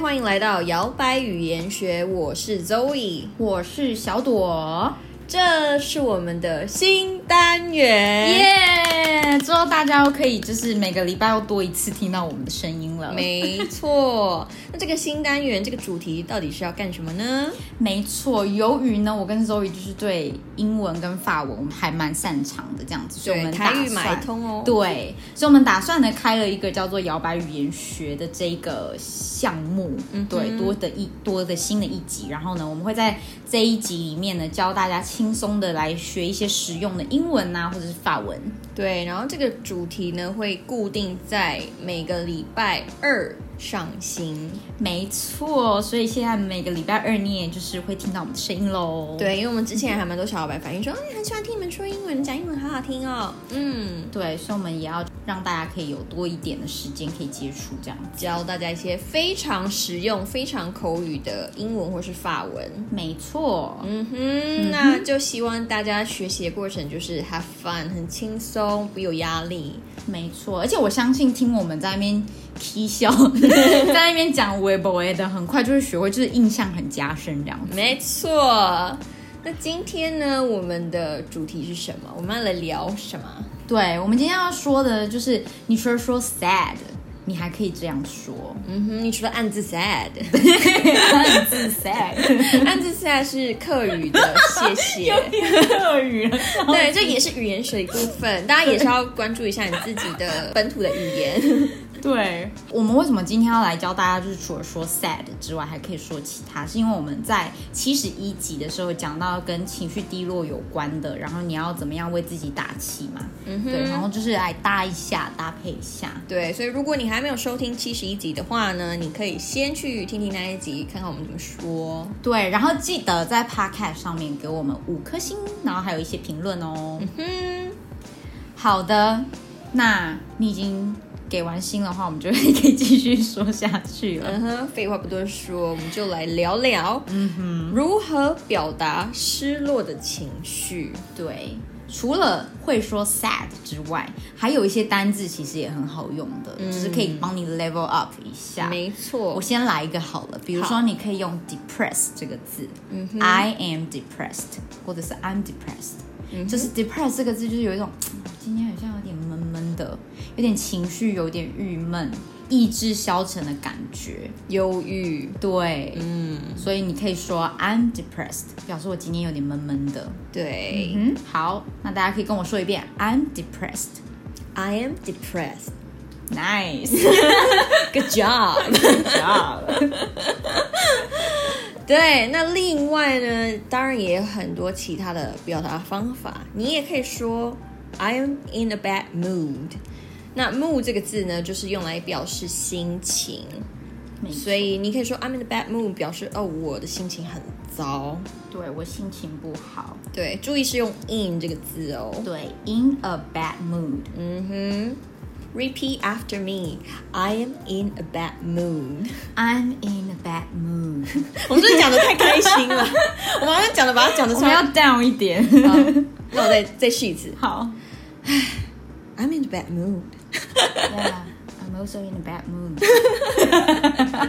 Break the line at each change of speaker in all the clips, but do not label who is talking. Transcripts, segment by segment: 欢迎来到摇摆语言学，我是 Zoe，
我是小朵，
这是我们的新单元。
耶！之后大家都可以就是每个礼拜要多一次听到我们的声音了。
没错，那这个新单元这个主题到底是要干什么呢？
没错，由于呢，我跟 Zoe 就是对英文跟法文我们还蛮擅长的这样子，所以我们打
台语买
算
通哦。
对，所以我们打算呢开了一个叫做摇摆语言学的这个项目，
嗯哼
对，多的一多的新的一集，然后呢，我们会在这一集里面呢教大家轻松的来学一些实用的英文啊，或者是法文。
对，然后这个主题呢会固定在每个礼拜二上新。
没错，所以现在每个礼拜二你也就是会听到我们的声音喽。
对，因为我们之前还蛮多小伙伴反映说，哎，很喜欢听你们说英文，讲英文好好听哦。嗯，
对，所以我们也要让大家可以有多一点的时间可以接触这样。
教大家一些非常实用、非常口语的英文或是法文。
没错，
嗯哼，那就希望大家学习的过程就是 have fun，很轻松，不有压力。
没错，而且我相信听我们在那边嬉笑， 在那边讲 w e b o 的，很快就会学会，就是印象很加深这样子。
没错。那今天呢，我们的主题是什么？我们要来聊什么？
对，我们今天要说的就是，你除了说 sad，你还可以这样说，
嗯哼，你除了暗自 sad，
很自 sad，
暗自 sad 是客语的，谢 谢。
客语了。
对，这也是语言学一部分，大家也是要关注一下你自己的本土的语言。
对我们为什么今天要来教大家，就是除了说 sad 之外，还可以说其他，是因为我们在七十一集的时候讲到跟情绪低落有关的，然后你要怎么样为自己打气嘛，
嗯
对，然
哼，
后就是来搭一下，搭配一下。
对，所以如果你还没有收听七十一集的话呢，你可以先去听听那一集，看看我们怎么说。
对，然后记得在 Podcast 上面给我们五颗星，然后还有一些评论哦。
嗯，
好的，那你已经给完星的话，我们就可以继续说下去了。
嗯哼，废话不多说，我们就来聊聊，嗯哼，如何表达失落的情绪。
对，除了会说 sad 之外，还有一些单字其实也很好用的，就是可以帮你 level up 一下。
嗯没
我
错，
先来一个好了，比如
好
说你可以用 depressed 这个字、i
嗯
am depressed，或者是 I'm depressed，、就是
嗯
depressed 这个字就是有一种嗯今天好像有点闷闷的，有点情绪，有点郁闷，意志消沉的感觉。
忧郁，
对，
嗯，
所以你可以说 I'm depressed，表示我今天有点闷闷的。
对、
嗯，好，那大家可以跟我说一遍，I'm depressed。
i am depressed.
Nice，
Good job. 对，那另外呢，当然也有很多其他的表达方法，你也可以说 I am in a bad mood。那 mood 这个字呢，就是用来表示心情，
没
所以你可以说 I'm in a bad mood，表示哦我的心情很糟。
对我心情不好，
对，注意是用 in 这个字哦。
对，in a bad mood。
嗯哼，Repeat after me. I am in a bad mood.
I'm in a bad mood。
我们最近讲的太开心 了，我们好像讲的把它讲的
我
出
们要
来。
down 一点。
那我再再试一次。
哦好
I'm in a bad mood.
，Yeah，I'm also in a bad mood。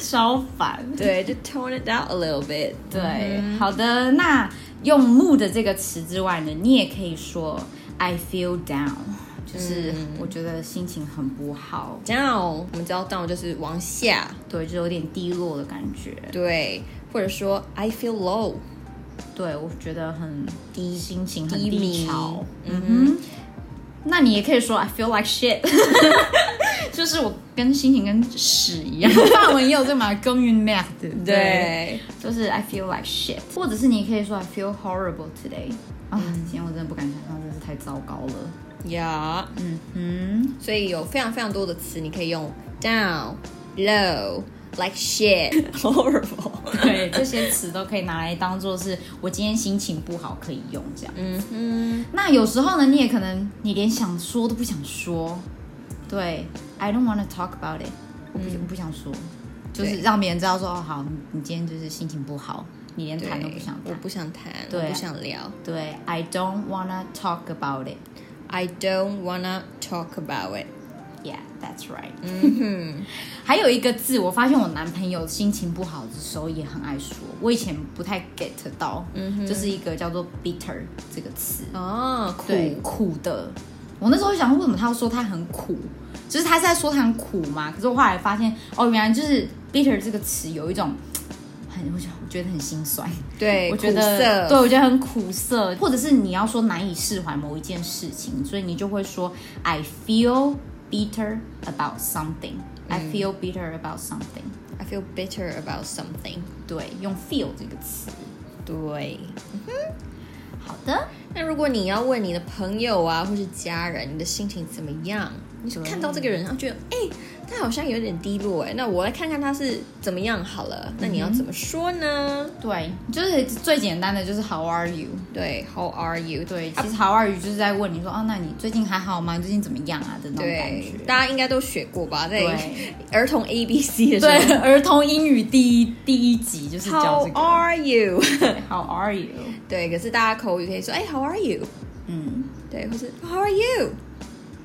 超烦。
对，就 tone it down a little bit。
对，好的。那用 mood 这个词之外呢，你也可以说 I feel down，就是我觉得心情很不好。
down，我们知道 down 就是往下，
对，就有点低落的感觉。
对，或者说 I feel low，
对，我觉得很低，心情很
低迷
低潮。嗯哼，那你也可以说 I feel like shit，就是我跟心情跟屎一样。 法文也有这嘛，跟 u n merde，对，
对，
就是 I feel like shit，或者是你也可以说 I feel horrible today。啊，今天我真的不敢想象，真是太糟糕了。
呀、
嗯哼，
所以有非常非常多的词你可以用 down、low、like shit、horrible。
对，这些词都可以拿来当做是我今天心情不好可以用这样。
嗯哼，
那有时候呢，你也可能你连想说都不想说，对，I don't want to talk about it，我不、我不想说，就是让别人知道说哦，好，你你今天就是心情不好，你连
对
谈都不想
我
谈。
不想谈，
对
我不想聊。
对，I don't wanna talk about it，
I don't wanna talk about it。
Yeah, that's right。嗯哼， 还有一个字，我发现我男朋友心情不好的时候也很爱说，我以前不太 get 到，嗯哼，就是一个叫做 bitter 这个词，
哦，
对，
苦，
苦的。我那时候想说，为什么他要说他很苦？就是他是在说他很苦嘛？可是我后来发现，哦，原来就是 bitter 这个词有一种很，我想我觉得很心酸。
对，
我觉
苦
得，
涩
对我觉得很苦涩，或者是你要说难以释怀某一件事情，所以你就会说 I feel bitter about something、I
嗯
feel bitter about something。
I feel bitter about something。
对，用 feel 这个词。
对，
好的，
那如果你要问你的朋友啊，或是家人，你的心情怎么样？你是
对
看到这个人，然后觉得，哎、他好像有点低落，哎，那我来看看他是怎么样好了。那你要怎么说呢？
对，就是最简单的就是 How are you？
对，How are you？
对，其实 How are you 就是在问你说，哦，那你最近还好吗？你最近怎么样啊？的那种感
对
觉，。
大家应该都学过吧，在
对
儿童 A B C 的时候
对， 儿童英语第一第一集就是教
，How
这个
are you？
How are you？
对，可是大家口语可以说，哎、h o w are you？
嗯，
对，或是，Oh, How are you？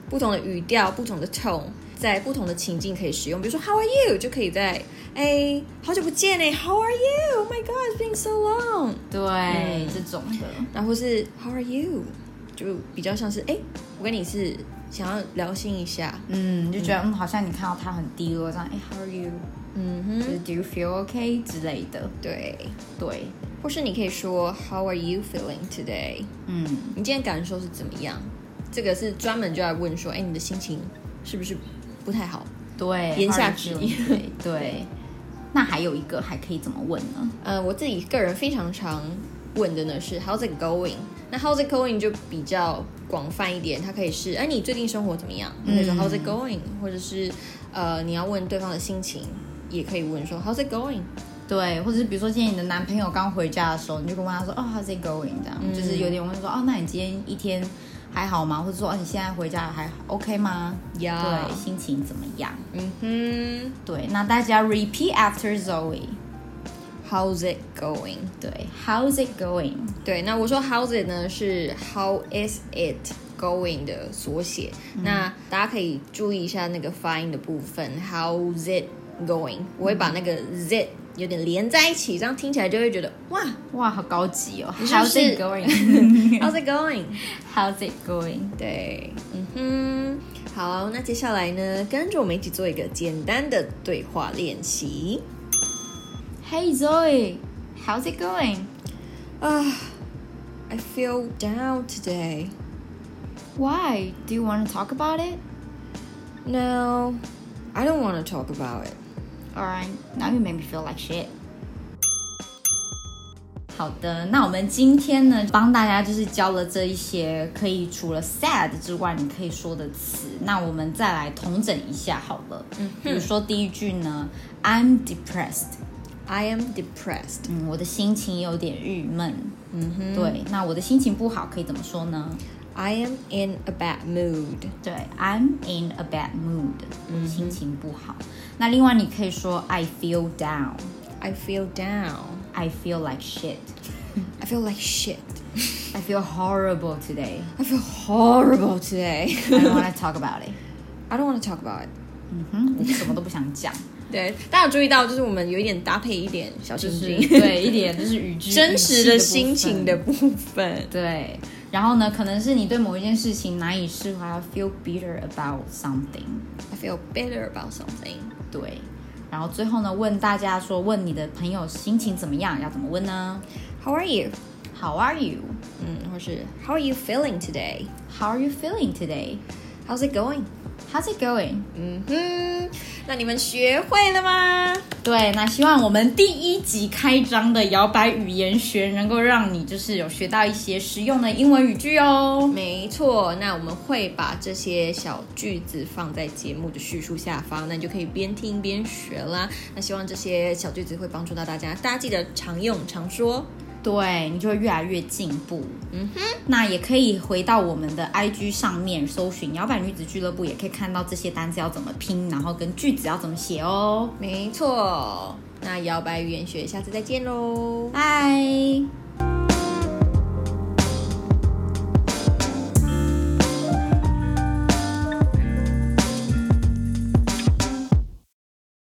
不同的语调、不同的 tone，在不同的情境可以使用。比如说 How are you 就可以在哎好久不见哎 How are you？Oh my God，it's been so long。
对，这种的。
然后是 How are you？就比较像是哎我跟你是想要聊心一下，
嗯，就觉得嗯好像你看到他很低落，这样，哎、h o w are you？
嗯
就
哼，
是 Do you feel okay 之类的。
对。
对，
或是你可以说 How are you feeling today？
嗯，
你今天感受是怎么样？这个是专门就来问说，哎，你的心情是不是不太好？
对，
言下
how are you
之
feeling
意
today？对。 那还有一个还可以怎么问呢？
呃，我自己个人非常常问的呢是 How's it going？那 How's it going 就比较广泛一点，它可以是哎、你最近生活怎么样？你可以说 How's it going，、或者是呃你要问对方的心情，也可以问说 How's it going？
对，或者是比如说今天你的男朋友刚回家的时候，你就跟问他说，哦，How's it going？这样，
嗯
就是有点问说，哦，那你今天一天还好吗？或者说，哦，你现在回家还好 OK 吗？
呀
对，心情怎么样？
嗯
对，那大家 repeat after Zoe。
哼，How's it going？
对，How's it going？
对，那我说 how's it 呢是 how is it going 的缩写，那大家可以注意一下那个发音的部分，how's it going？我会把那个 zit 有点连在一起，这样听起来就会觉得哇
哇，好高级哦
是不
！How's
是
it going？
，how's it going？
How's it going？
对，嗯哼，好，那接下来呢，跟着我们一起做一个简单的对话练习
Hey Zoe, how's it going?
啊。I feel down today.
Why? Do you want to talk about it?
No, I don't want to talk about it.
Alright, now you make me feel like shit. 好的，那我们今天呢，帮大家就是教了这一些可以除了 sad 之外，你可以说的词。那我们再来统整一下好了。嗯，比如说第一句呢，I'm depressed，
I am depressed.
嗯，我的心情有点郁闷。嗯哼，对，那我的心情不好可以怎么说呢？
I am in a bad mood.
对，I'm 嗯 in a bad mood，、心情不好。那另外你可以说 I feel down，I
I feel down.
feel like shit，I
I feel like shit.
feel horrible today，I
I feel horrible today.
don't want to talk about it。
I don't want to talk about it.
嗯哼，我什么都不想讲，
对，大家有注意到，就是我们有一点搭配一点小
就
情
是
景，
对一点就是语句
真实的
语气部分
心情的部分。
对。然后呢，可能是你对某一件事情难以释怀，feel bitter about something。
I feel bitter about something.
对。然后最后呢，问大家说，问你的朋友心情怎么样，要怎么问呢
How are you?
？How are you？
嗯，或是 How are you feeling today?
How are you feeling today?
How's it going?
How's it going?
嗯哼，那你们学会了吗？
对，那希望我们第一集开张的摇摆语言学能够让你就是有学到一些实用的英文语句哦。
没错，那我们会把这些小句子放在节目的叙述下方，那你就可以边听边学啦。那希望这些小句子会帮助到大家，大家记得常用常说。
对你就会越来越进步。嗯哼，那也可以回到我们的 IG 上面搜寻“摇摆女子俱乐部”，也可以看到这些单词要怎么拼，然后跟句子要怎么写哦。
没错，那摇摆语言学，下次再见喽，
拜。